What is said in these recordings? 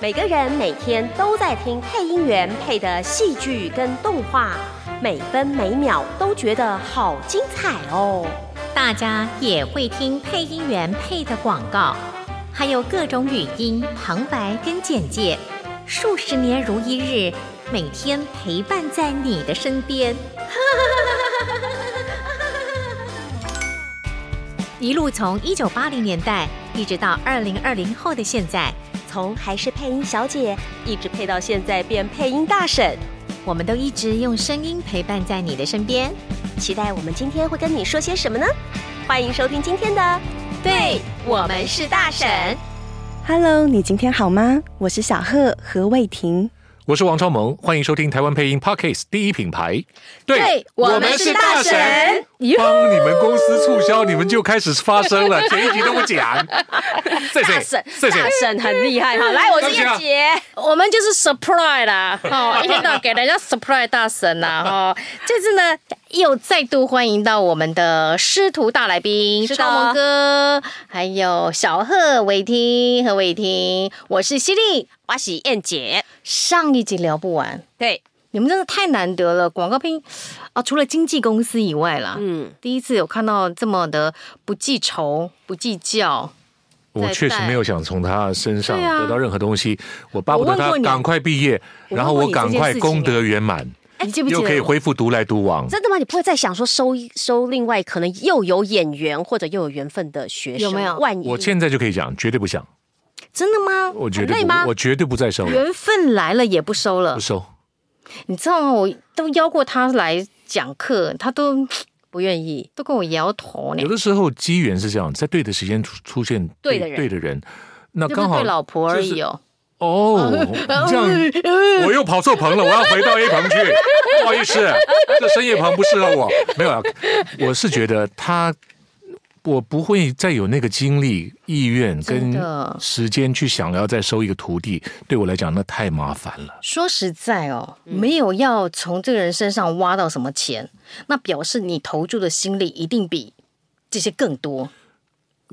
每个人每天都在听配音员配的戏剧跟动画，每分每秒都觉得好精彩哦。大家也会听配音员配的广告，还有各种语音、旁白跟简介，数十年如一日，每天陪伴在你的身边。 一路从一九八零年代一直到二零二零后的现在，从还是配音小姐，一直配到现在变配音大婶，我们都一直用声音陪伴在你的身边。期待我们今天会跟你说些什么呢？欢迎收听今天的，对我们是大婶。 Hello，你今天好吗？我是小贺何魏婷。我是王超萌，欢迎收听台湾配音 Podcast 第一品牌。对我们是大神哟帮你们公司促销，你们就开始发声了，前一集都不讲。谢谢，谢谢。婶很厉害哈，来，我是叶姐。我们就是 surprise 啦，哦，一天到晚给人家 surprise 大神啦，哦，这次呢又再度欢迎到我们的师徒大来宾，是的超萌哥，还有小贺伟霆和伟霆，我是犀利。我是燕姐。上一集聊不完，对，你们真的太难得了，广告片啊，除了经纪公司以外啦，嗯，第一次有看到这么的不记仇、不计较，我确实没有想从他身上对啊得到任何东西，我巴不我得问他过你赶快毕业，我然后问我过你这件赶快事情功德圆满，你记不记又得？可以恢复独来独往。真的吗？你不会再想说收收另外可能又有演员或者又有缘分的学生？有没有万一我现在就可以讲，绝对不想，真的吗？我绝对很累不吗，我绝对不再收了，缘分来了也不收了不，收。你知道吗？我都邀过他来讲课，他都 不愿意，都跟我摇头呢有。的时候机缘是这样，在对的时间出出现对的人对的人，那那不是刚好对老婆而已就是哦，嗯哦， 这样我又跑错棚了，我要回到 A 棚去， 不好意思，这深夜棚不适合我。没有啊，我是觉得他，我不会再有那个精力、意愿真跟的时间去想要再收一个徒弟，对我来讲那太麻烦了。说实在哦，嗯没有要从这个人身上挖到什么钱，那表示你投注的心力一定比这些更多。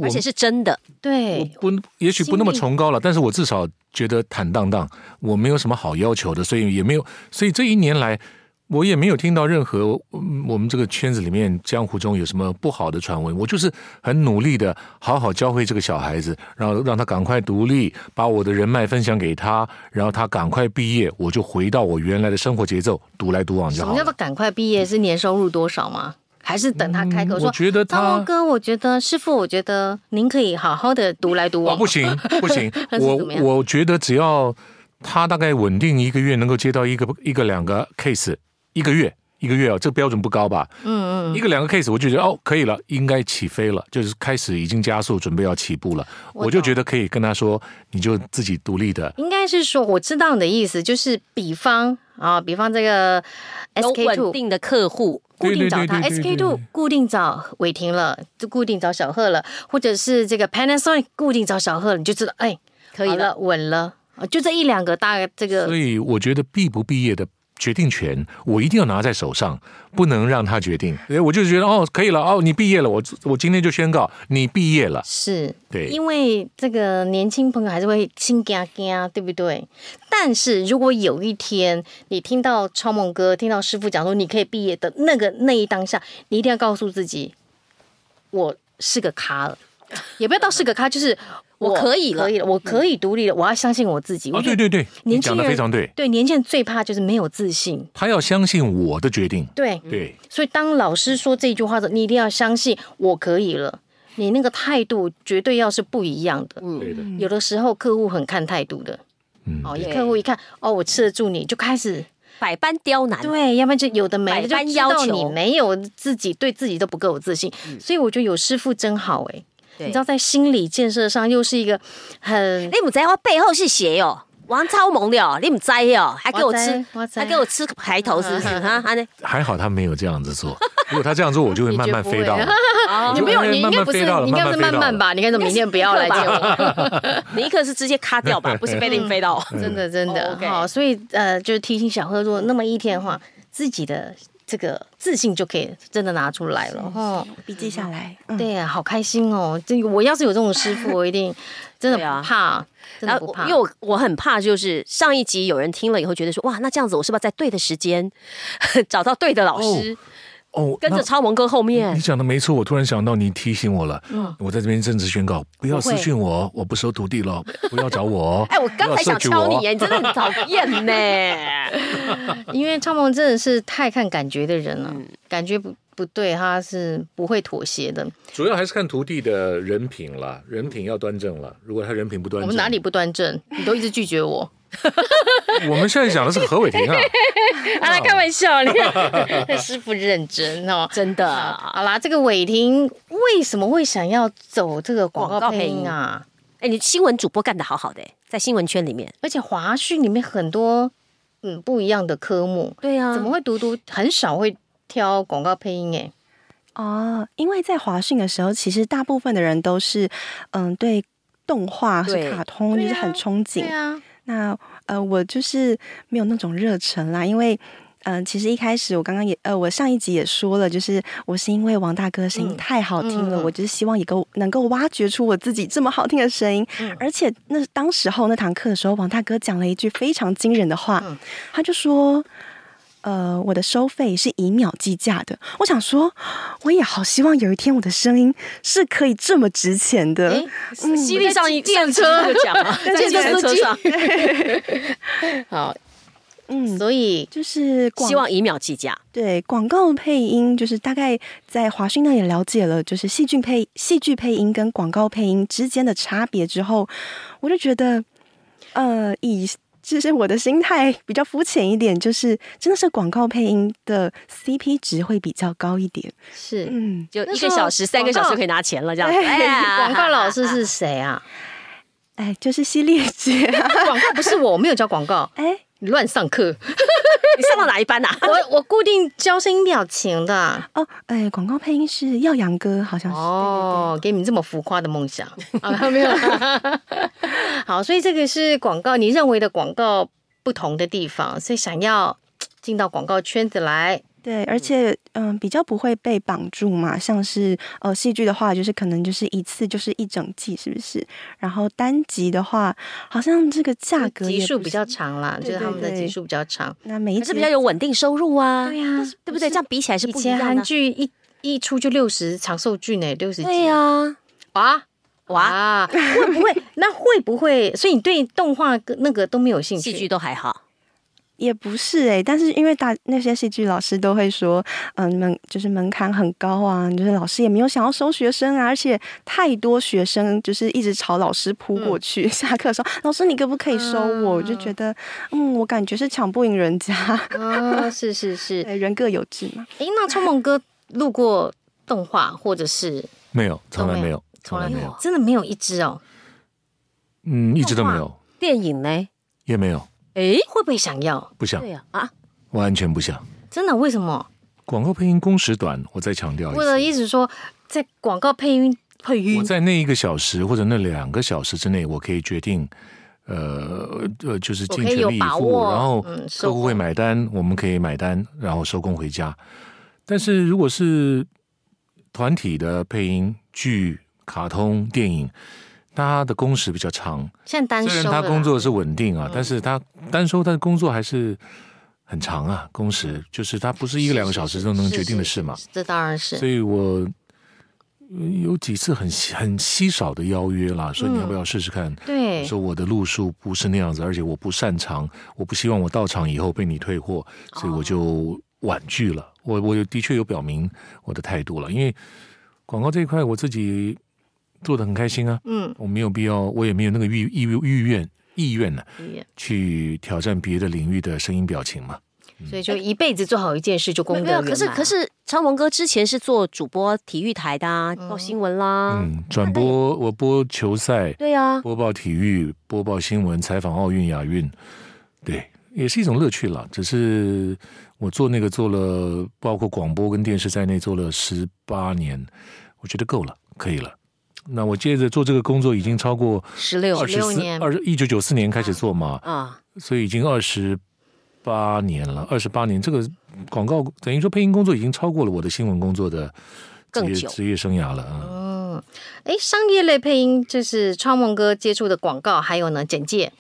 而且是真的。对，不，也许不那么心力崇高了，但是我至少觉得坦荡荡，我没有什么好要求的，所以也没有，所以这一年来。我也没有听到任何嗯我们这个圈子里面江湖中有什么不好的传闻，我就是很努力的好好教会这个小孩子，然后让他赶快独立，把我的人脉分享给他，然后他赶快毕业，我就回到我原来的生活节奏，独来独往就什好么叫了做。赶快毕业？是年收入多少吗？还是等他开口嗯说？我觉得他张哥，我觉得师傅，我觉得您可以好好的独来 独啊，往。不行不行， 那是我怎么样我觉得只要他大概稳定一个月能够接到一个一个两个 case，一个月一个月哦，这个标准不高吧？嗯嗯，一个两个 case 我就觉得哦可以了，应该起飞了，就是开始已经加速，准备要起步了，我我就懂觉得可以跟他说，你就自己独立的。应该是说，我知道你的意思，就是比方啊，比方这个有 SK 稳 two 定的客户，固定找他对对对对对，SK two 固定找伟霆了，就固定找小贺了，或者是这个 Panasonic 固定找小贺了，你就知道，哎，可以好了了，稳了，啊就这一两个大概这所个以我觉得毕不毕业的决定权，我一定要拿在手上，不能让他决定。哎我就觉得哦可以了，哦你毕业了，我我今天就宣告你毕业了。是，对因为这个年轻朋友还是会心嘎嘎，对不对？但是如果有一天你听到超梦哥、听到师傅讲说你可以毕业的那个那一当下，你一定要告诉自己，我是个咖了， 也不要到是个咖，就是我可以了可以了，我可以独立了，我要相信我自己。哦我觉对得对对，你年轻讲的人非常对。对，年轻人最怕就是没有自信。他要相信我的决定。对，对，所以当老师说这句话的时候，你一定要相信我可以了。你那个态度绝对要是不一样的。对的。有的时候客户很看态度的，嗯哦，一对客户一看，哦，我吃得住你，就开始百般刁难。对，要不然就有的没百的，就般知要道求你没有自己对自己都不够有自信，所以我觉得有师傅真好哎、对你知道在心理建设上又是一个很你不知道我背后是谁哦，王超萌的哦，你不知道哦，还给我我吃知我，知嗯还给我吃排头是不是？哈，安妮，还好他没有这样子做，如果他这样做，我就会慢慢飞到了。你没有，你应该不是，慢慢飞到了你应该不是慢慢慢飞到了慢吧？你应该说明天不要来接我，你一个是直接卡掉吧，不是被你飞到。真的真哦的，OK 好，所以呃，就是提醒小贺，如果那么一天的话，自己的这个自信就可以真的拿出来了哦。笔记下来。嗯，对呀，好开心哦！这个我要是有这种师傅，我一定真的对啊不怕。 真然的不后怕，因为我我很怕，就是上一集有人听了以后觉得说，哇，那这样子我是不是要在对的时间 找到对的老师，哦，跟着那超萌哥后面你？讲的没错，我突然想到你提醒我了。我在这边正式宣告，不要不私会讯我，我不收徒弟了，不要找我哦。哎，我刚才想敲你不要耶，你真的很讨厌呢。因为超梦真的是太看感觉的人了，感觉不不对，他是不会妥协的。主要还是看徒弟的人品了，人品要端正了。如果他人品不端我正，们哪里？不端正？你都一直拒绝我。我们现在讲的是何伟霆啊，啊，来开玩笑，你看师傅认真哦。真的。好啦，这个伟霆为什么会想要走这个广告配音啊？ 哎，你新闻主播干得好好的，在新闻圈里面。而且华讯里面很多嗯不一样的科目，对啊怎么会独独很少会挑广告配音、欸？哦，因为在华讯的时候，其实大部分的人都是，嗯，对动画或对是卡通就是很憧憬。对啊，那呃，我就是没有那种热忱啦，因为。嗯、其实一开始我刚刚也呃，我上一集也说了，就是我是因为王大哥声音太好听了，嗯嗯我就是希望也够能够挖掘出我自己这么好听的声音。嗯而且那当时候那堂课的时候，王大哥讲了一句非常惊人的话，嗯他就说：“呃，我的收费是以秒计价的。”我想说，我也好希望有一天我的声音是可以这么值钱的。诶犀利上一电车上一集就讲了， 在电车车司机上，好，嗯，所以就是广希望以秒计价。对，广告配音就是大概在华讯那也了解了，就是戏剧配戏剧配音跟广告配音之间的差别之后，我就觉得，呃，以就是我的心态比较肤浅一点，就是真的是广告配音的 CP 值会比较高一点。是嗯，就那一时个候小时、三个小广时告可以拿钱 了，这样子。对哎呀广告老师是谁 啊？哎，就是犀利 姐，广告不是我，我没有教广告，啊哎，你乱上 课。你上到哪一班啊 呐？我我固定教声音表情的。哦，哎，广告配音是耀阳哥，好像是。哦，给你们这么浮夸的梦想 啊？没有啦。好，所以这个是广告，你认为的广告不同的地方，所以想要嘖进到广告圈子来，对，而且嗯、比较不会被绑住嘛。像是呃，戏剧的话，就是可能就是一次就是一整季，是不是？然后单集的话，好像这个价嗯格集也数不比是较，长啦，就对是他们的对集对数比较长。那每一还集是比较有稳定收入啊，对呀，对不对？这样比起来是以不一前样韩的。剧一一出就六十长寿剧呢，六十集。对啊呀，哇哇，哇，会不会？那会不会？所以你对动画跟那个都没有兴趣？戏剧都还好。也不是诶、但是因为大那些戏剧老师都会说，嗯、门就是门槛很高啊，就是老师也没有想要收学生啊，而且太多学生就是一直朝老师扑过去。 下课的时候，老师你可不可以收我？我就觉得，嗯，我感觉是抢不赢人家，啊，是是是。对，人各有志嘛。诶，那冲梦哥录过动画或者是没有，从来没有，从从来来没没有有，，真的没有一只哦。嗯，一直都没有，电影呢？也没有，哎，会不会想要？不想对，呀，啊，完全不想。真的？为什么？广告配音工时短，我再强调一为了次。一直说在广告配音配我音，在那一个小时或者那两个小时之内，我可以决定，呃呃，就是我尽可以全有力以把赴，握然后嗯收客户会工买单，我们可以买单，然后收工回家。但是如果是团体的配音剧、卡通、电影，它的工时比较长，现在单虽收嗯然了他啦工作是稳定啊，但是他单收，但是工作还是很长啊，工时就是他不是一个两个小时就能决定的事嘛。是是是这当然是所以我呃有几次很稀很稀少的邀约啦，说你要不要试试看？我嗯对。说我的路数不是那样子，而且我不擅长，我不希望我到场以后被你退货，哦所以我就婉拒了。我我有的确有表明我的态度了，因为广告这一块我自己做的很开心啊，嗯，我没有必要，我也没有那个欲意欲愿意愿呢、去挑战别的领域的声音表情嘛。所以就一辈子做好一件事就功德没有。可是圆满可是，昌龙哥之前是做主播体育台的啊，报新闻哦啦。嗯，转播我播球赛，对啊呀，播报体育、播报新闻、采访奥运、亚运，对，也是一种乐趣了。只是我做那个做了，包括广播跟电视在内做了十八年，我觉得够了，可以了。那我接着做这个工作已经超过十六二十16四年二一九九四年开始做嘛，啊，所以已经二十八年了，二十八年这个广告等于说配音工作已经超过了我的新闻工作的职更业久职业生涯了啊。嗯哎，商业类配音就是超梦哥接触的广告，还有呢简介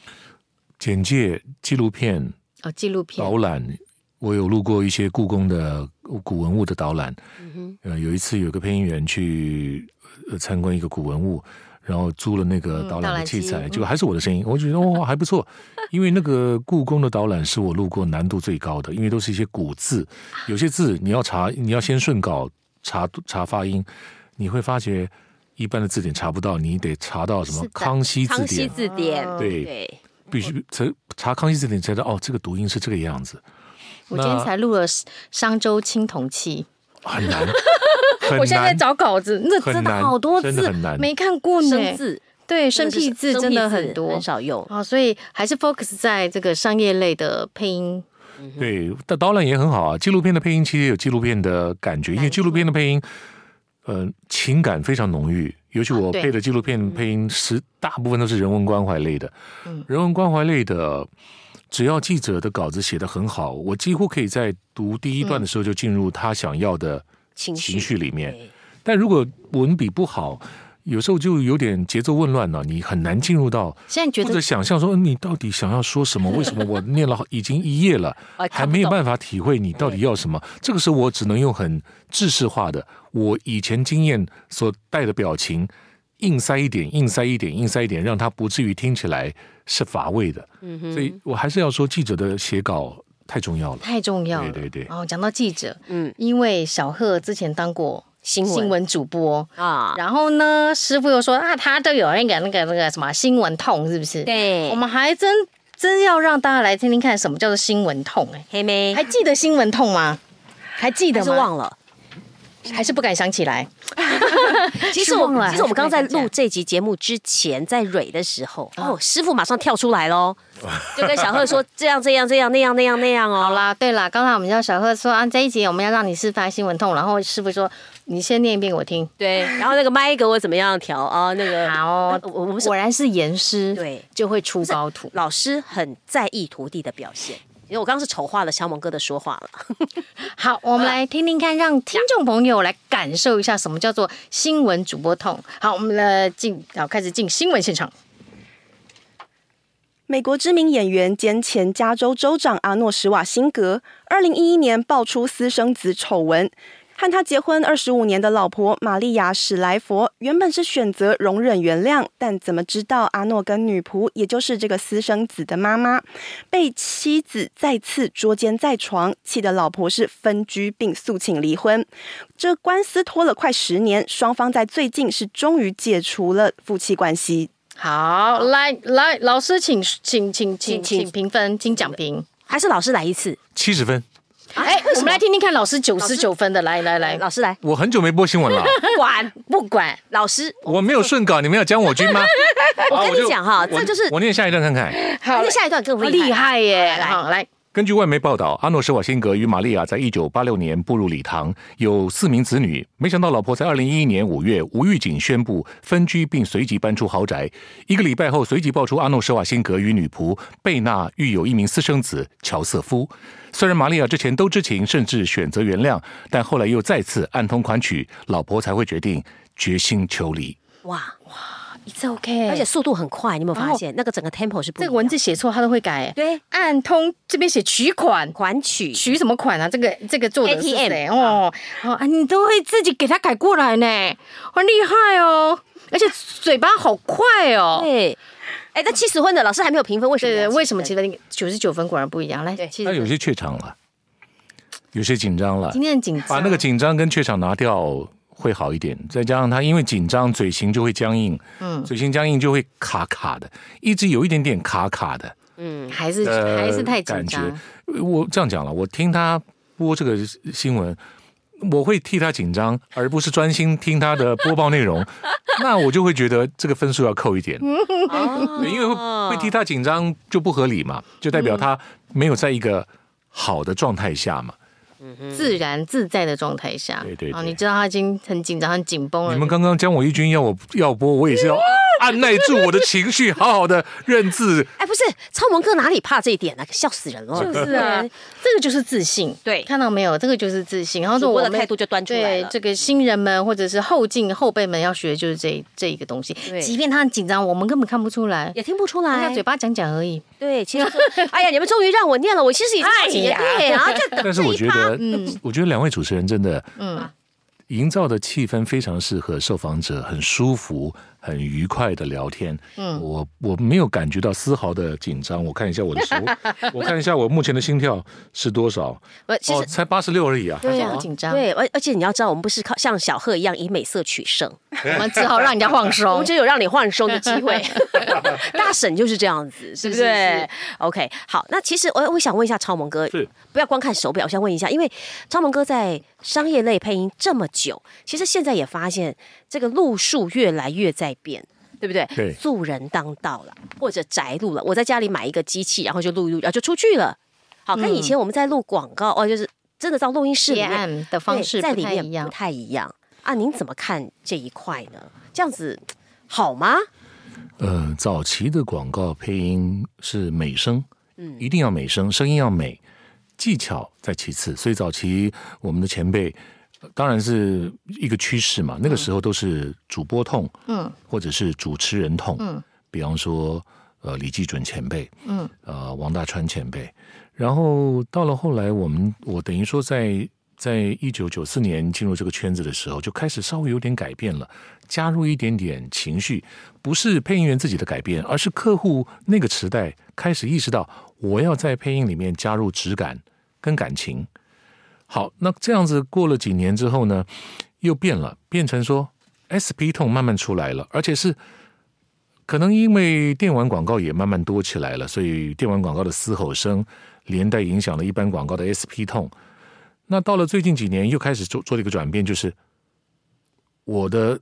简介、纪录片、哦，纪录片导览，我有录过一些故宫的古文物的导览。呃，有一次有个配音员去呃参观一个古文物，然后租了那个嗯导导览览的器机材，嗯结果还是我的声音，我觉得哦还不错，因为那个故宫的导览是我录过难度最高的，因为都是一些古字，有些字你要查，你要先顺稿查查发音，你会发觉一般的字典查不到，你得查到什么是的康熙字康熙典，字典，哦对对，必须查查康熙字典才知道哦，这个读音是这个样子，我今天才录了商周青铜器，很难，很 难我现在在找稿子，那很真的难好多字真的很难没看过呢生。字对，生僻字真的生僻很字多很少用。啊，所以还是 focus 在这个商业类的配音。对，但导览也很好啊。纪录片的配音其实有纪录片的感觉，因哎为纪录片的配音，呃，情感非常浓郁。尤其我啊对配的纪录片配音是大部分都是人文关怀类的，嗯人文关怀类的，只要记者的稿子写得很好，我几乎可以在读第一段的时候就进入他想要的情绪情绪里面。对但如果文笔不好，有时候就有点节奏混乱了，你很难进入到现在觉或者得想象说嗯你到底想要 说什么？为什么我念了好已经一页了哎，看不还没有办法体会你到底要什么？这个时候我只能用很制式化的我以前经验所带的表情，硬塞一点，硬塞一点，硬塞一点，让它不至于听起来是乏味的。嗯所以我还是要说，记者的写稿太重要了。太重要了。对对对哦，讲到记者，嗯，因为小贺之前当过新闻新闻主播，啊，然后呢，师傅又说啊，他都有那个那个那个什么新闻痛，是不是？，对我，们还真真要让大家来听听看什么叫做新闻痛、哎，黑妹还记得新闻痛吗？还记还得是吗？忘 了。还是不敢想起来？ 其实是我忘了其实我们刚刚在还是没啊录看这集节目之前，在蕊的时候，哦，师傅马上跳出来 喽，就跟小贺说这样这样这样那样那样那样哦。好啦，对啦，刚才我们叫小贺说啊，这一集我们要让你示范新闻痛，然后师傅说你先念一遍给我听。对，然后那个麦给我怎么样调啊？那个好哦呃我我们是果然是严师，对就会出高徒。老师很在意徒弟的表现。因为我刚刚是丑化了肖蒙哥的说话了，好，我们来听听看，让听众朋友来感受一下什么叫做新闻主播痛。好，我们来进，好开始进新闻现场。美国知名演员兼前加州州长阿诺·施瓦辛格，二零一一年爆出私生子丑闻。和他结婚二十五年的老婆玛利亚·史莱佛原本是选择容忍原谅，但怎么知道阿诺跟女仆，也就是这个私生子的妈妈，被妻子再次捉奸在床，气得老婆是分居并诉请离婚。这官司拖了快十年，双方在最近是终于解除了夫妻关系。好，来来，老师请请请请请请请评分，请讲评。还是老师来一次？七十分，哎，我们来听听看老师九十九分的，来来来，老师来，我很久没播新闻了，啊 管不管老师，我没有顺稿，你们要将我军吗？ 我好跟你讲哈，我这就是我念下一段看看。好那下一段更好厉厉害。害耶！来来好，来，根据外媒报道，阿诺·施瓦辛格与玛利亚在一九八六年步入礼堂，有四名子女。没想到老婆在二零一一年五月无预警宣布分居，并随即搬出豪宅。一个礼拜后，随即爆出阿诺·施瓦辛格与女仆贝娜育有一名私生子乔瑟夫。虽然玛利亚之前都知情，甚至选择原谅，但后来又再次暗通款曲，老婆才会决定决心求离。哇，一次 OK，而且速度很快，你有没有哎然发后现那个整个 tempo 是不这一个文样的字写错他都会改。对暗通这边写取款，款曲取什么款啊？这个这个作者是 ATM 谁？哦，好啊，你都会自己给他改过来呢，很厉害哦，而且嘴巴好快哦。对，哎，那七十分的老师还没有评分，为什么对要对， 70为什么分其实九十九分果然不一样？来，对其他有实些怯场了，有些紧张了。今天很紧张，把那个紧张跟怯场拿掉会好一点，再加上他因为紧张，嘴型就会僵硬，嗯，嘴型僵硬就会卡卡的，一直有一点点卡卡的，还是呃还是太紧感张觉。我这样讲了，我听他播这个新闻，我会替他紧张，而不是专心听他的播报内容，那我就会觉得这个分数要扣一点，哦 对因为会会替他紧张就不合理嘛，就代表他没有在一个好的状态下嘛。自然自在的状态下，嗯对对啊，对你知道他已经很紧张、很紧绷了。你们刚刚将我一军要我要播，我也是要按耐住我的情绪，好好的认 字。哎，不是，超萌哥哪里怕这一点呢、啊笑死人了。就是 啊，这个就是自信。对看到没有，这个就是自信。然后主说我播的们态度就端出来对了这个新人们或者是后进后辈们要学的就是这这一个东西对。即便他很紧张，我们根本看不出来，也听不出他来嘴。巴讲讲而 已。对，其实是， 哎呀，你们终于让我念了，我其实已经忘记了哎呀对，然后就等但是我觉得，我觉得两位主持人真的嗯，营造的气氛非常适合受访者，很舒服、很愉快的聊天。嗯，我我没有感觉到丝毫的紧张。我看一下我 的手，我看一下我目前的心跳是多少？ 我其哦，实才八十六而已啊。对啊，不紧张，对，而而且你要知道，我们不是靠像小贺一样以美色取胜，我们只好让人家放我松们。就有让你换收的机 会。大婶就是这样子，是不是是是 o k 好，那其实哎我我想问一下超萌哥是，不要光看手表，我想问一下，因为超萌哥在商业类配音这么久，其实现在也发现这个路数越来越在变。对不对？对素人当道了，或者宅录了。我在家里买一个机器，然后就录一录，然后就出去了。嗯好，跟以前我们在录广告、哦，就是真的到录音室里接面案的方式对在不里太面一样不。太一样啊。您怎么看这一块呢？这样嗯子好吗？呃，早期的广告配音是美声，嗯，一定要美声，声音要美，技巧在其次。所以早期我们的前辈，呃当然是一个趋势嘛，那个时候都是主播痛，嗯，或者是主持人痛，嗯，比方说呃李济准前辈，嗯，呃王大川前辈，然后到了后来，我们我等于说在。在一九九四年进入这个圈子的时候，就开始稍微有点改变了，加入一点点情绪，不是配音员自己的改变，而是客户那个时代开始意识到，我要在配音里面加入质感跟感情。好，那这样子过了几年之后呢，又变了，变成说 SP 痛慢慢出来了，而且是可能因为电玩广告也慢慢多起来了，所以电玩广告的嘶吼声连带影响了一般广告的 SP 痛。那到了最近几年，又开始做做了一个转变，就是我的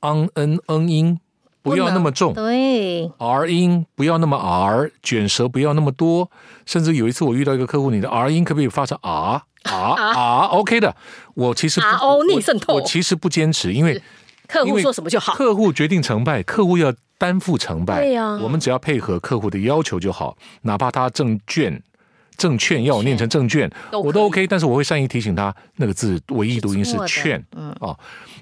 ang n n 音不要那么重，对， R 音不要那么 R，卷舌不要那么多。甚至有一次我遇到一个客户，你的 R 音可不可以发成 R R 啊 R？OK 的，我其实不 RO 我逆渗透我其实不坚持，因为客因户为说什么就好。客户决定成败，客户要担负成败。对呀我们只要配合客户的要求就好，哪怕他证券。证券要我念成证券，都可以我都 OK，但是我会善意提醒他，那个字唯一读音是是错的券，哦，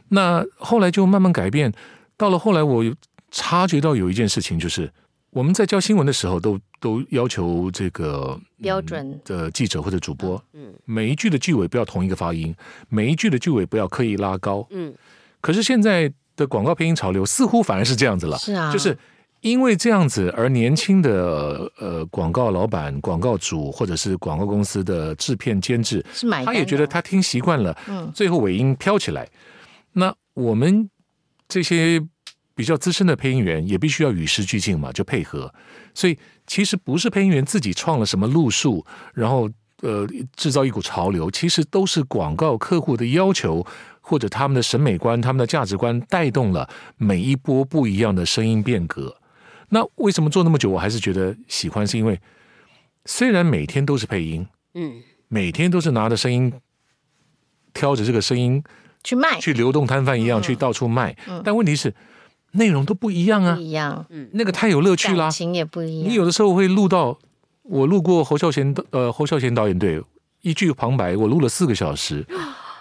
那后来就慢慢改变，到了后来我有察觉到有一件事情，就是我们在教新闻的时候都，都要求这个嗯标准的记者或者主播，嗯，每一句的句尾不要同一个发音，每一句的句尾不要刻意拉高，嗯，可是现在的广告配音潮流似乎反而是这样子了，是啊，就是因为这样子，而年轻的呃广告老板、广告主或者是广告公司的制片监制，是买单的嗯他也觉得他听习惯了，最后尾音飘起来。那我们这些比较资深的配音员也必须要与时俱进嘛，就配合。所以其实不是配音员自己创了什么路数，然后呃制造一股潮流，其实都是广告客户的要求或者他们的审美观、他们的价值观带动了每一波不一样的声音变革。那为什么做那么久，我还是觉得喜欢，是因为虽然每天都是配音，嗯，每天都是拿着声音挑着这个声音去卖去流动摊贩嗯一样、去到处卖，但问题是内容都不一样啊嗯不，一样，那个太有乐趣啦感。情也不一样。你有的时候会录到，我录过侯孝贤的，呃，侯孝贤导演对一句旁白，我录了四个 小时，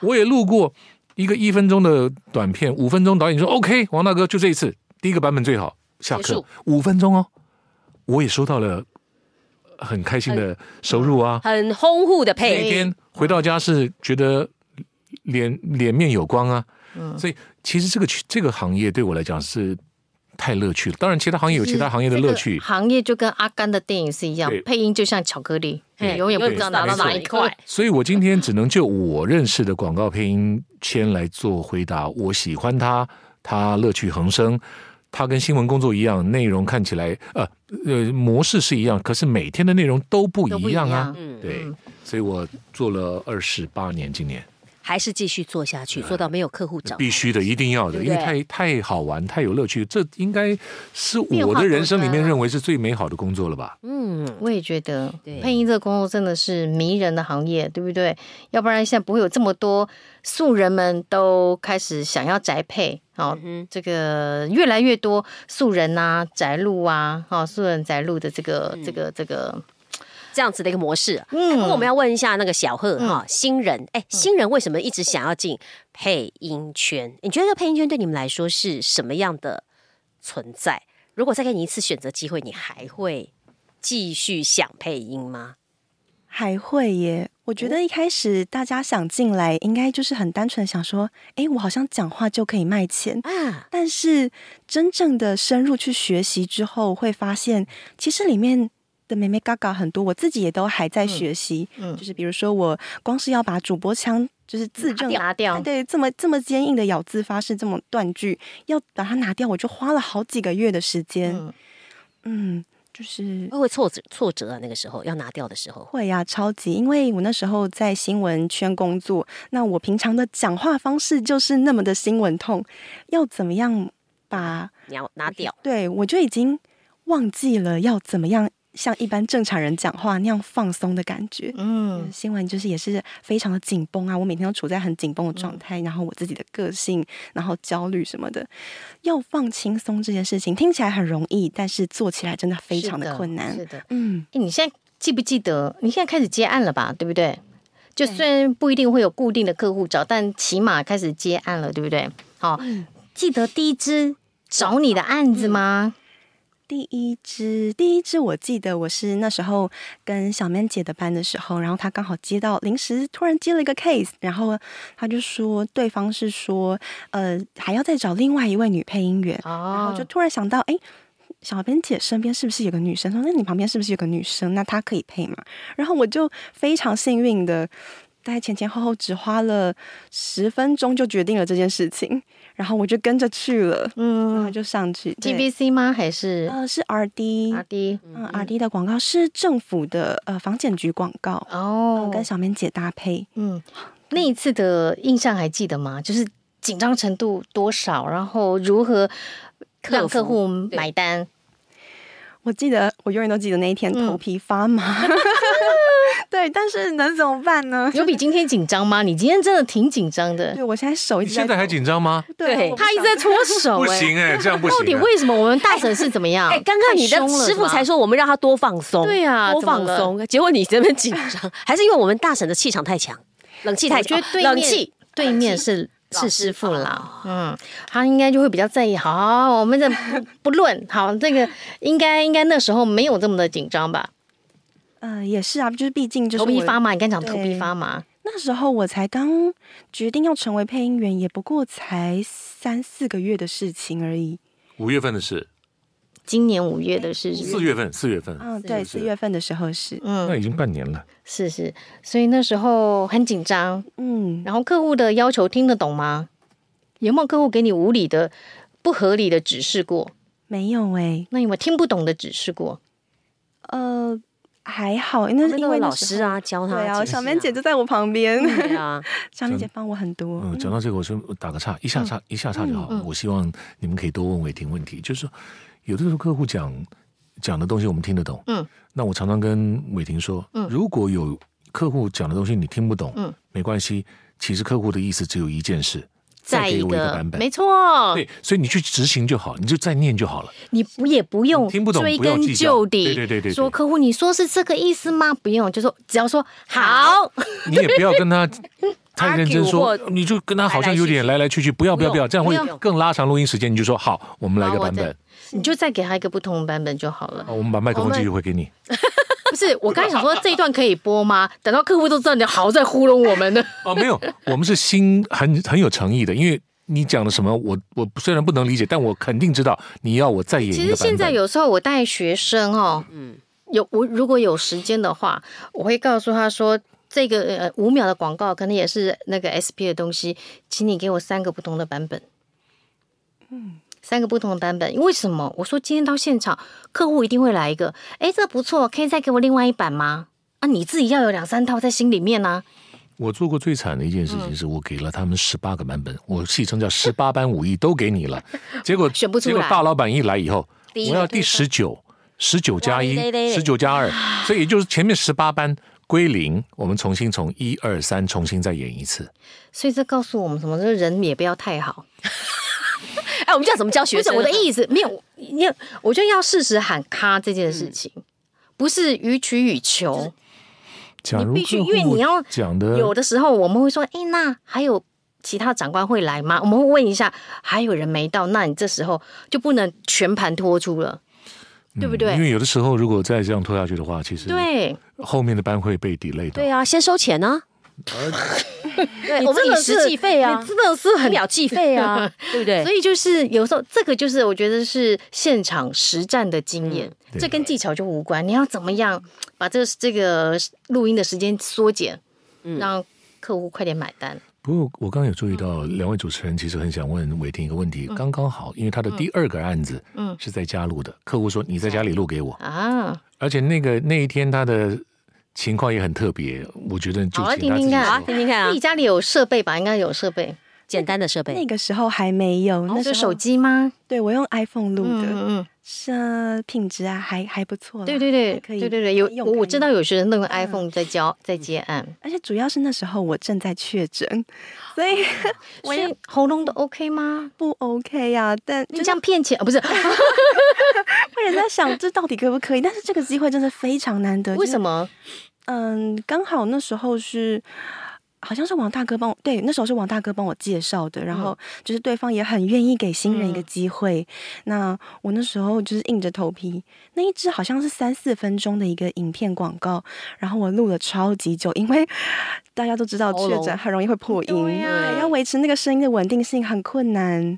我也录过一个一分钟的短片，五分钟导演说 OK，王大哥就这一次，第一个版本最好，下结课束五分钟哦，我也收到了很开心的收入啊。很轰呼的那配音，天回到家是觉得脸脸面有光啊，所以其实这个这个行业对我来讲是太乐趣了。当然，其他行业有其他行业的乐趣这，个行业就跟阿甘的电影是一样对，配音就像巧克力，嘿你永远不知道拿到哪一没块错。所以我今天只能就我认识的广告配音圈来做回答。我喜欢它，它乐趣横生，它跟新闻工作一样，内容看起来呃呃模式是一样，可是每天的内容都不都嗯一不一样啊。样对，所以我做了二十八年，今年还是继续做下去，做到没有客户找。必须的，一定要的，对因不对为太太好玩，太有乐趣，这应该是变我化多的人生里面端认为是最美好的工作了吧？嗯，我也觉得对配音这个工作真的是迷人的行业，对不对？要不然现在不会有这么多素人们都开始想要宅配，哦，嗯这个越来越多素人呐、宅路啊，哦，素人宅路的这个、嗯这个这个，这样子的一个模式。啊嗯那我们要问一下那个小贺嗯哈，新人，哎，新人为什么一直想要进配音圈？你觉得这个配音圈对你们来说是什么样的存在？如果再给你一次选择机会，你还会继续想配音吗？还会耶。我觉得一开始大家想进来，应该就是很单纯地想说，诶，我好像讲话就可以卖钱。啊，但是真正的深入去学习之后，会发现其实里面的妹妹嘎嘎很多，我自己也都还在学习。嗯嗯就是比如说我光是要把主播腔就是字正拿掉啊对，这么这么坚硬的咬字发式，这么断句，要把它拿掉，我就花了好几个月的时间。嗯哦嗯就是会不会挫折挫折啊？那个时候要拿掉的时候，会呀、超级！因为我那时候在新闻圈工作，那我平常的讲话方式就是那么的新闻痛，要怎么样把你要拿掉。对，我就已经忘记了要怎么样像一般正常人讲话那样放松的感觉。嗯，新闻就是也是非常的紧绷啊，我每天都处在很紧绷的嗯状态，然后我自己的个性，然后焦虑什么的，要放轻松这件事情听起来很容易，但是做起来真的非常是的困难是。的，嗯，诶你现在记不记得？你现在开始接案了吧？对不对？就虽然不一定会有固定的客户找，但起码开始接案了，对不对？好、嗯记得第一支找你的案子吗？第一支，第一支我记得我是那时候跟小曼姐的班的时候，然后她刚好接到临时突然接了一个 case，然后她就说对方是说，呃，还要再找另外一位女配音员，然后哦就，突然想到，哎，小编姐身边是不是有个女生？说，那你旁边是不是有个女生？那她可以配吗？然后我就非常幸运的，大概前前后后只花了十分钟就决定了这件事情，然后我就跟着去了，然后嗯就上去。对，GVC 吗？还是呃是 R D， R D？嗯 R D 的广告是政府的呃房检局广告，嗯哦，跟小编姐搭配。嗯，那一次的印象还记得吗？就是紧张程度多少，然后如何让客户买单？我记得，我永远都记得那一天嗯头皮发麻。 对，但是能怎么办呢？有比今天紧张吗？你今天真的挺紧张的，对我现在手一你直现在还抖紧张吗？对我不他一直在搓手、不哎行哎，这样不行到啊。底为什么我们大婶是怎么样？哎，刚刚你的啊太凶了师傅才是吧说我们让他多放松，对啊多怎么放了松。结果你这边紧张，还是因为我们大婶的气场太强，冷气太我觉强，得对面冷气对面是。老是师师傅啦，嗯，他应该就会比较在意。好，我们这不 不论好，这个应该应该那时候没有这么的紧张吧？呃，也是啊，就是毕竟就头是皮我发麻，你刚讲头皮对发麻，那时候我才刚决定要成为配音员，也不过才三四个月的事情而已。五月份的事，今年五月的事，四月份，四月份，嗯，啊对，四月份的时候是，嗯那，已经半年了。是是，所以那时候很紧张。嗯，然后客户的要求听得懂吗？有没有客户给你无理的、不合理的指示过？没有哎、那有没有听不懂的指示过？呃，还好，那是那因位为老那时候师，啊教他对解释啊，啊，小梅姐就在我旁边，对啊， 小梅姐帮我很多，嗯，讲嗯到这个，我说打个岔，一下岔，一下岔就好。我希望你们可以多问伟霆问题，就是说，有的时候客户讲讲的东西我们听得懂，嗯，那我常常跟伟霆说，嗯，如果有客户讲的东西你听不懂，嗯，没关系，其实客户的意思只有一件事，再再给一我一个个版本没。错，对，所以你去执行就好，你就再念就好了。你不也不用听不懂追不要根计较究底，对对对对对说客户你说是这个意思吗？不用，就说只要说好，你也不要跟 他太认真 Argue 或，说你就跟他好像有点来来去去，不要不要不要，这样会更拉长录音时间。你就说好，我们来一个版好我本，你就再给他一个不同的版本就好了。好我们把麦克风继续回给你。不是，我刚才想说这一段可以播吗？等到客户都知道你好在糊弄我们呢。 哦，没有，我们是心很很有诚意的，因为你讲的什么，我我虽然不能理解，但我肯定知道你要我再演其一实个版本。现在有时候我带学生哦，嗯，有我如果有时间的话，我会告诉他说。这个呃五秒的广告可能也是那个 SP 的东西，请你给我三个不同的版本。三个不同的版本，为什么？我说今天到现场，客户一定会来一个，哎，这不错，可以再给我另外一版吗？啊，你自己要有两三套在心里面呢、我做过最惨的一件事嗯情，是我给了他们十八个版本，我戏称叫十八般武艺都给你 了，结果选不出来结果大老板一来以后，第一我个要第十九，十九加一哇嘞嘞，嘞十九加二，所以也就是前面十八班归零，我们重新从一二三重新再演一次。所以这告诉我们什么？就是人也不要太好。哎，我们这样怎么教不学是生？我的意思，没有，你我觉得要适时喊咔这件事情，不是予取予求。假如必须客户因为你要讲的有的时候我们会说，哎、那还有其他长官会来吗？我们会问一下，还有人没到，那你这时候就不能全盘托出了，对不嗯因对？为有的时候如果再这样拖下去的话，其实对，后面的班会被 delay 的。对啊，先收钱啊。 对，你我们真以的时是计费啊你，真的是一很秒计费 啊，对不对所？以就是有时候这个就是我觉得是现场实战的经验，对这跟技巧就无关。你要怎么样把这这个录音的时间缩减，让客户快点买单？不过我刚刚有注意到，嗯两位主持人其实很想问伟霆一个问题，刚刚好，因为他的第二个案子嗯是在家录的，客户说你在家里录给我，啊，而且那个那一天他的情况也很特别，我觉得就好来请听他自己听看好啊，说。听听看啊自己，家里有设备吧？应该有设备，简单的设备那。个时候还没有，那哦是时候手机吗？对我用 iPhone 录嗯的，嗯是啊品质啊还还不错啦。嗯，对对对，还可以对对对，有可以用我我可以知道有学生都用 iPhone 在教在接嗯案，而且主要是那时候我正在确诊，所以啊所以喉咙都 OK 吗？不 OK 呀、啊。但你就这是样骗钱啊？不是，会人在想这到底可不可以？但是这个机会真的非常难 得。为么？什么？嗯，刚好那时候是。好像是王大哥帮我，对，那时候是王大哥帮我介绍的，嗯然后就是对方也很愿意给新人一个机会。那我那时候就是硬着头皮，那一支好像是三四分钟的一个影片广告，然后我录了超级久，因为大家都知道喉确咙诊很容易会破音，对呀对要维持那个声音的稳定性很困难。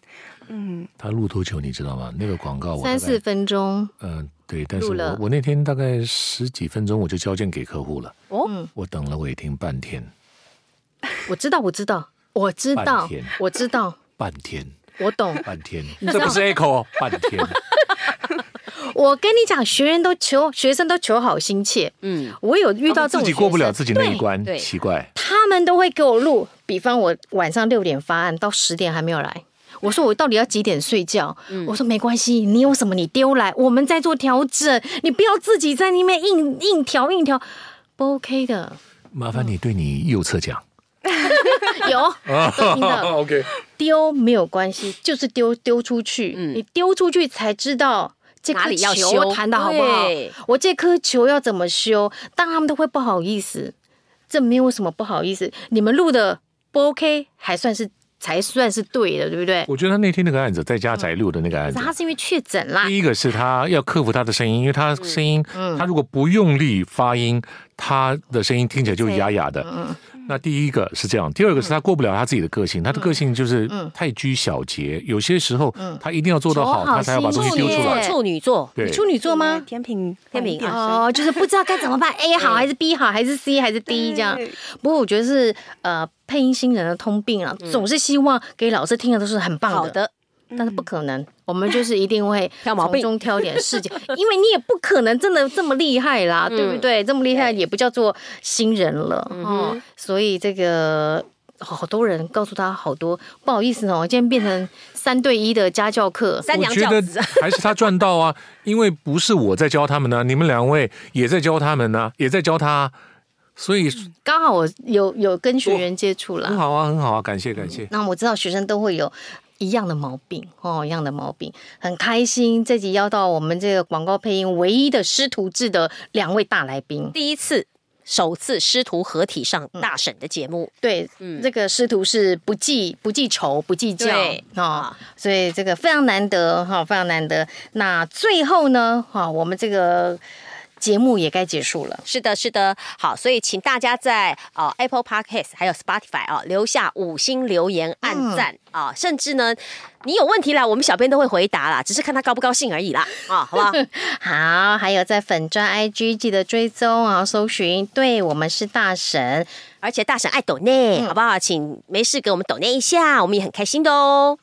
嗯，他录多久你知道吗？那个广告我大概三四分钟，嗯、对，但是录了我我那天大概十几分钟我就交件给客户了，哦嗯我等了伟霆半天，我知道，我知道，我知半道天，我知道，半天，我懂。半天，知道这不是 echo，哦半天。我跟你讲，学员都求，学生都求好心切。嗯，我有遇 到这种自己过不学了生自己那一，关对，对奇怪。他们都会给我录。比方我晚上六点发案，到十点还没有来。我说我到底要几点睡觉？嗯我说没关系，你有什么你丢来，我们再做调整。你不要自己在那边硬硬调硬调，不 OK 的。麻烦你对你右侧讲。有都听到 OK，丢没有关系，就是丢丢出去，你丢出去才知道这嗯哪颗里要球修弹的好不好对，我这颗球要怎么修，但他们都会不好意思，这没有什么不好意思，你们录的不 OK，还算是才算是对的，对不对？我觉得他那天那个案子，在家宅录的那个案可子是，他是啊因为确诊啦，第一个是他要克服他的声音，因为他声音，嗯他如果不用力发音，他的声音听起来就哑哑嗯的。那第一个是这样，第二个是他过不了他自己的个嗯性，他的个性就是太拘小节，有些时候他一定要做到好，嗯求好他才要把东西心丢切出来。处女座，对你，处女座吗？天平，天平晚一点哦，就是不知道该怎么办，A 好还是 B 好，还是 C 还是 D 这样对。不过我觉得是呃配音新人的通病啊，总是希望给老师听的都是很棒嗯好的，但是不可能，我们就是一定会 挑毛病从中挑点事情， 因为你也不可能真的这么厉害啦，嗯对不对？这么厉害也不叫做新人了、哦，所以这个。好多人告诉他好多，不好意思哦，今天变成三对一的家教课，三我娘觉教得子。还是他赚到啊， 因为不是我在教他们呢、你们两位也在教他们呢、也在教他啊、所以刚好我有有跟学员接触啦很，好啊，很好啊，感谢感谢。那我知道学生都会有一样的毛病哦，一样的毛病。很开心这集邀到我们这个广告配音唯一的师徒制的两位大来宾，第一次、首次师徒合体上大婶的节目，对，这个师徒是不计不计仇不计较对哦，所以这个非常难得哈、非常难得。那最后呢，哈、我们这个节目也该结束了。是的，是的，好，所以请大家在呃 Apple Podcast 还有 Spotify 啊、留下五星留言、按赞啊、甚至呢，你有问题啦，我们小编都会回答啦，只是看他高不高兴而已啦，啊、好不好？好，还有在粉专 IG 记得追踪啊，搜寻，对我们是大神。而且大婶爱抖内，好不好？请没事给我们抖内一下，我们也很开心的哦。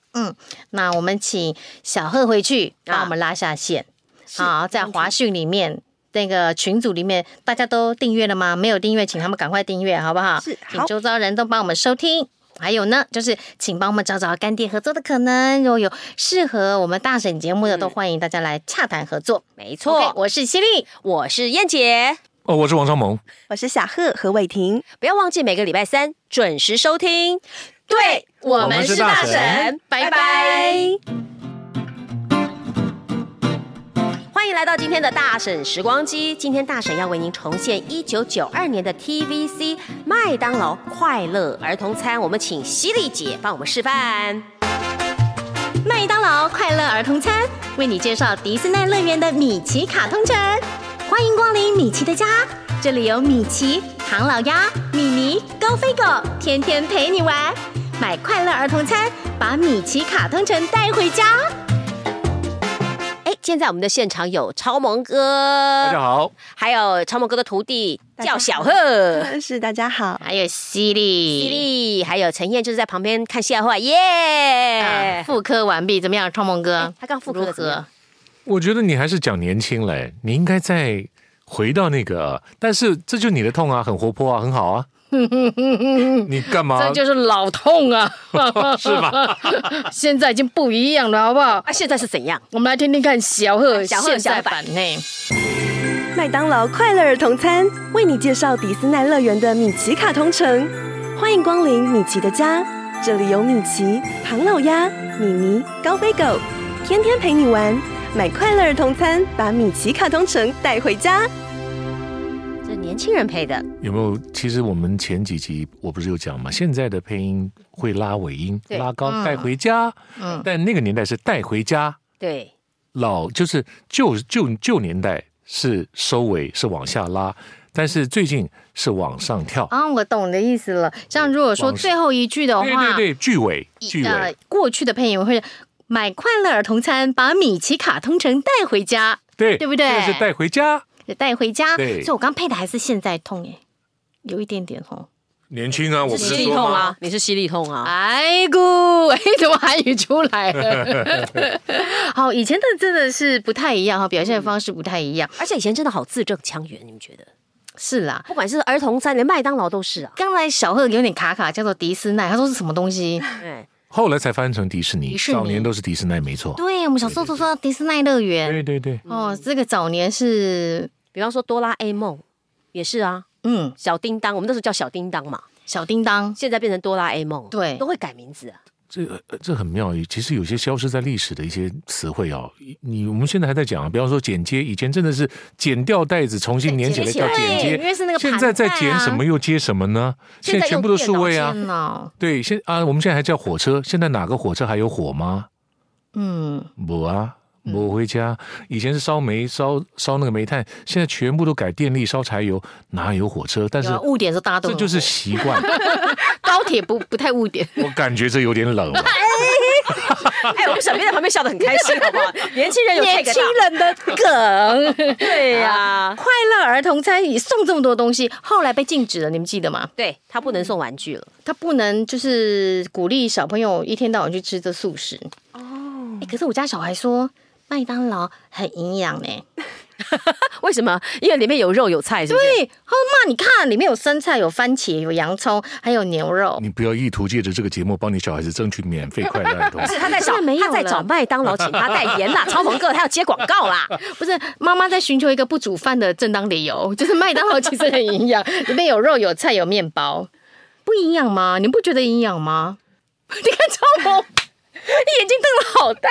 那我们请小贺回去啊帮我们拉下线，好，在华讯里面那个群组里面，大家都订阅了吗？没有订阅，请他们赶快订阅，好不好？是请好周遭人都帮我们收听。还有呢，就是请帮我们找找干爹合作的可能，如果有适合我们大婶节目的，都欢迎大家来洽谈合作。没错 OK，我是犀利，我是燕姐，哦，我是王双萌。我是小贺何 伟霆。不要忘记每个礼拜三准时收听。对我们是大神拜拜。欢迎来到今天的大婶时光机。今天大婶要为您重现一九九二年的 TVC 麦当劳快乐儿童餐，我们请犀利姐帮我们示范。麦当劳快乐儿童餐为你介绍迪士尼乐园的米奇卡通城，欢迎光临米奇的家，这里有米奇、唐老鸭、米妮、高飞狗，天天陪你玩。买快乐儿童餐，把米奇卡通城带回家。哎，现在我们的现场有超萌呃大哥，家好，还有超萌哥的徒弟大叫家好小贺。是大家好，还有犀利，犀利，还有陈燕就是在旁边看笑话，耶、啊复刻完毕，怎么样，超梦哥哎？他刚复刻如得怎么何样？我觉得你还是讲年轻嘞，你应该再回到那个，但是这就是你的痛啊，很活泼啊，很好 啊。你干嘛？是老痛啊， 是吧？ 现在已经不一样了，好不好？啊，现在是怎样？啊我们来听听看小贺小贺现小在贺版版内。麦当劳快乐儿童餐为你介绍迪斯奈乐园的米奇卡通城，欢迎光临米奇的家，这里有米奇、唐老鸭、米妮、高飞狗，天天陪你玩。买快乐儿童餐，把米奇卡通城带回家。这年轻人配的，有没有？其实我们前几集我不是有讲嘛，现在的配音会拉尾音，对拉高嗯带回家。嗯但那个年代是带回家，对，老就是旧旧旧年代是收尾是往下拉，但是最近是往上跳。啊，我懂你的意思了。像如果说往事最后一句的话，对对对，句尾句呃尾，，过去的配音会是买快乐儿童餐，把米奇卡通城带回家，对对不对这个是带回家，带回家。所对以我刚配的还是现在痛耶，有一点点哦。年轻啊，我不犀是利说痛吗？啊，你是犀利痛啊，哎姑， 哎，怎么韩语出来 了？好，以前的真的是不太一样哈，表现方式不太一样。而且以前真的好字正腔圆，你们觉得？是啦，不管是儿童餐，连麦当劳都是啊，刚才小贺有点卡卡，叫做迪斯奈，他说是什么东西？哎，后来才翻成迪士尼，迪士尼早年都是迪士尼，没错。对我们小时候都说迪斯奈乐园。对对对，哦，这个早年是比方说哆啦 A 梦也是啊，嗯，小叮当，我们那时候叫小叮当嘛，小叮当，现在变成哆啦 A 梦，对都会改名字啊，这个呃这很妙。其实有些消失在历史的一些词汇哦，你我们现在还在讲啊，比方说剪接，以前真的是剪掉袋子重新粘起来剪接叫剪对，因接，为是那个现在在盘带剪啊什么又接什么呢？现在全部都数位啊。电脑，对，现啊，我们现在还叫火车，现在哪个火车还有火吗？嗯，不啊，不回家。以前是烧煤烧烧那个煤炭，现在全部都改电力烧柴油，哪有火车？但是有啊误点的时候大家都这很就是火习惯。 高铁不不太误点， 我感觉这有点冷啊了。哎，我们小编在旁边笑得很开心，好 不好？年轻人有 take 到，人啊的梗。对啊呀，快乐儿童餐椅送这么多东西，后来被禁止了，你们记得吗？对他不能送玩具了，他不能就是鼓励小朋友一天到晚去吃这素食。哦、可是我家小孩说麦当劳很营养呢、为什么？因为里面有肉有菜，是不是？对，他说妈，你看里面有生菜、有番茄、有洋葱，还有牛肉。你不要意图借着这个节目帮你小孩子争取免费快乐的东 西是。他在找现在没有他在了找麦当劳，请他代言 啦，超鹏哥他要接广告啦。不是妈妈在寻求一个不煮饭的正当理由， 就是麦当劳其实很营养， 里面有肉、有菜、有面包，不营养吗？你不觉得营养吗？ 你看超萌，眼睛瞪得好大。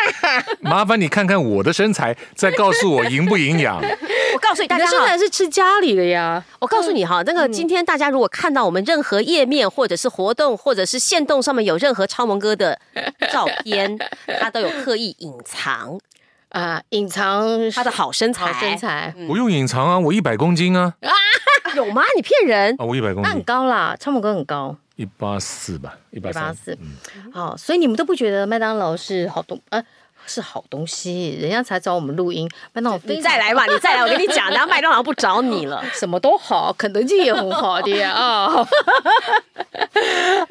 麻烦你看看我的身材，再告诉我营不营 养。我告诉你大但家是哈，然是吃家里的呀，嗯我告诉你哈，那个今天大家如果看到我们任何页面或者是活动或者是线动上面有任何超萌哥的照 片，他都有刻意隐藏啊、隐藏他的好身材。好身材，不用隐藏啊，我一百公 斤啊， 有吗？你骗人！哦啊，我一百公那很斤，高啦，超萌哥很高，一八四吧，一一嗯八八三。四。好，所以你们都不觉得麦当劳是好东呃是好东西，人家才找我们录音。麦当劳非你常再来吧，你再来，我跟你讲，然后麦当劳不找你了。什么都好，肯德基也很好的呀啊。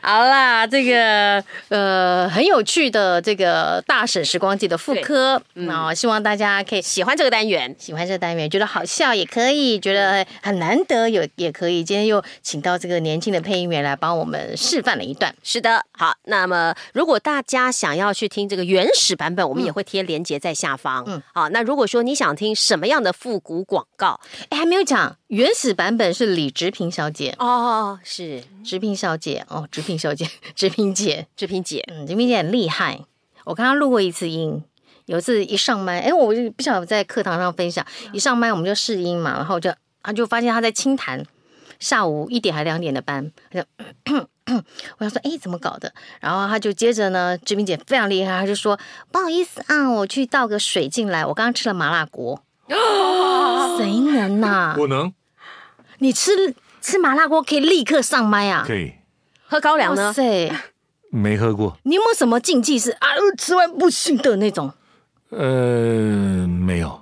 好啦，这个呃很有趣的这个大婶时光机的复刻，啊、希望大家可以喜欢这个单元，喜欢这个单元，觉得好笑也可以，觉得很难得有也可以。今天又请到这个年轻的配音员来帮我们示范了一段。是的，好。那么如果大家想要去听这个原始版本，我们也会贴链接在下方。嗯，好。那如果说你想听什么样的复古广告，哎，还没有讲原始版本是李直平小姐，哦，是直平小姐哦，直平小姐，直平姐，志平姐，嗯，这明姐很厉害，我刚刚录过一次音。有一次一上麦，哎，我就不晓得在课堂上分享，一上麦我们就试音嘛，然后就他就发现他在清谈，下午一点还两点的班，他就我想说，哎，怎么搞的？然后他就接着呢，志明姐非常厉害，她就说不好意思啊，我去倒个水进来，我刚刚吃了麻辣锅，谁能呐、我能你吃吃麻辣锅可以立刻上麦啊？可以，喝高粱哇呢？塞！没喝过，你有没有什么禁忌是啊吃完不行的那种？呃，没有。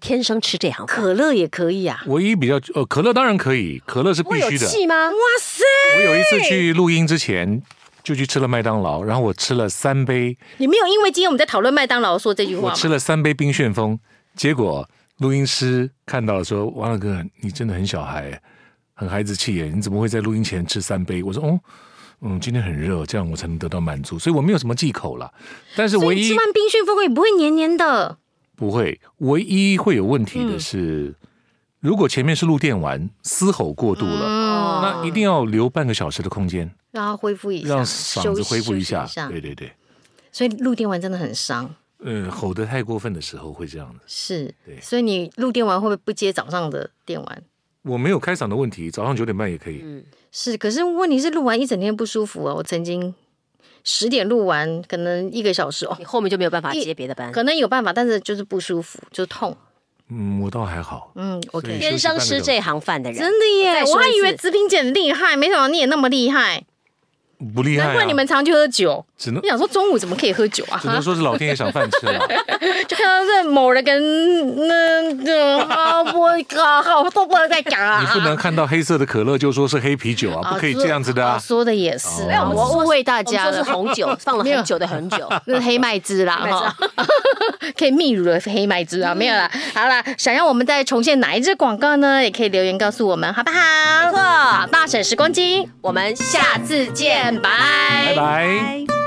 天生吃这行饭，可乐也可以啊。唯一比较呃，可乐当然可以，可乐是必会有须的。气吗？哇塞！我有一次去录音之前就去吃了麦当劳，然后我吃了三杯，你没有因为今天我们在讨论麦当劳说这句话我吗？吃了三杯冰旋风，结果录音师看到了说：“王老哥，你真的很小孩，很孩子气耶，你怎么会在录音前吃三杯？”我说：“哦，嗯，今天很热，这样我才能得到满足，所以我没有什么忌口了。但是所唯以一吃完冰旋风也不会黏黏的。不会，唯一会有问题的是，嗯如果前面是录电玩，嘶吼过度了，嗯，那一定要留半个小时的空间，让它恢复一下，让嗓子恢复一休下息。休息对对对，所以录电玩真的很伤，嗯，吼得太过分的时候会这样的。是对。所以你录电玩会不会不接早上的电玩？我没有开嗓的问题，早上九点半也可以。是，可是问题是录完一整天不舒服啊。我曾经十点录完，可能一个小时哦你，后面就没有办法接别的班，可能有办法，但是就是不舒服，就是痛。嗯，我倒还好。嗯所以，OK。天生吃这行饭的人，真的耶！再我说还一以为次子平姐很厉害，没想到你也那么厉害，不厉害、啊，难怪你们常去喝酒。只能你想说中午怎么可以喝酒啊？ 只能说是老天爷赏饭吃了。就看到这某人跟那那啊，我靠，好都不能再讲啊！你不能看到黑色的可乐就说是黑啤酒啊，啊不可以这样子的啊啊。说的也是，哦没有我们我误会大我家们说了是。红酒，放了 很久的很久。那是黑麦汁啦，哈， 可以泌乳的黑麦汁啊，没有啦。好啦，想要我们再重现哪一支广告呢？也可以留言告诉我们，好不好？好，大婶时光机，我们下次见，拜拜拜拜。拜。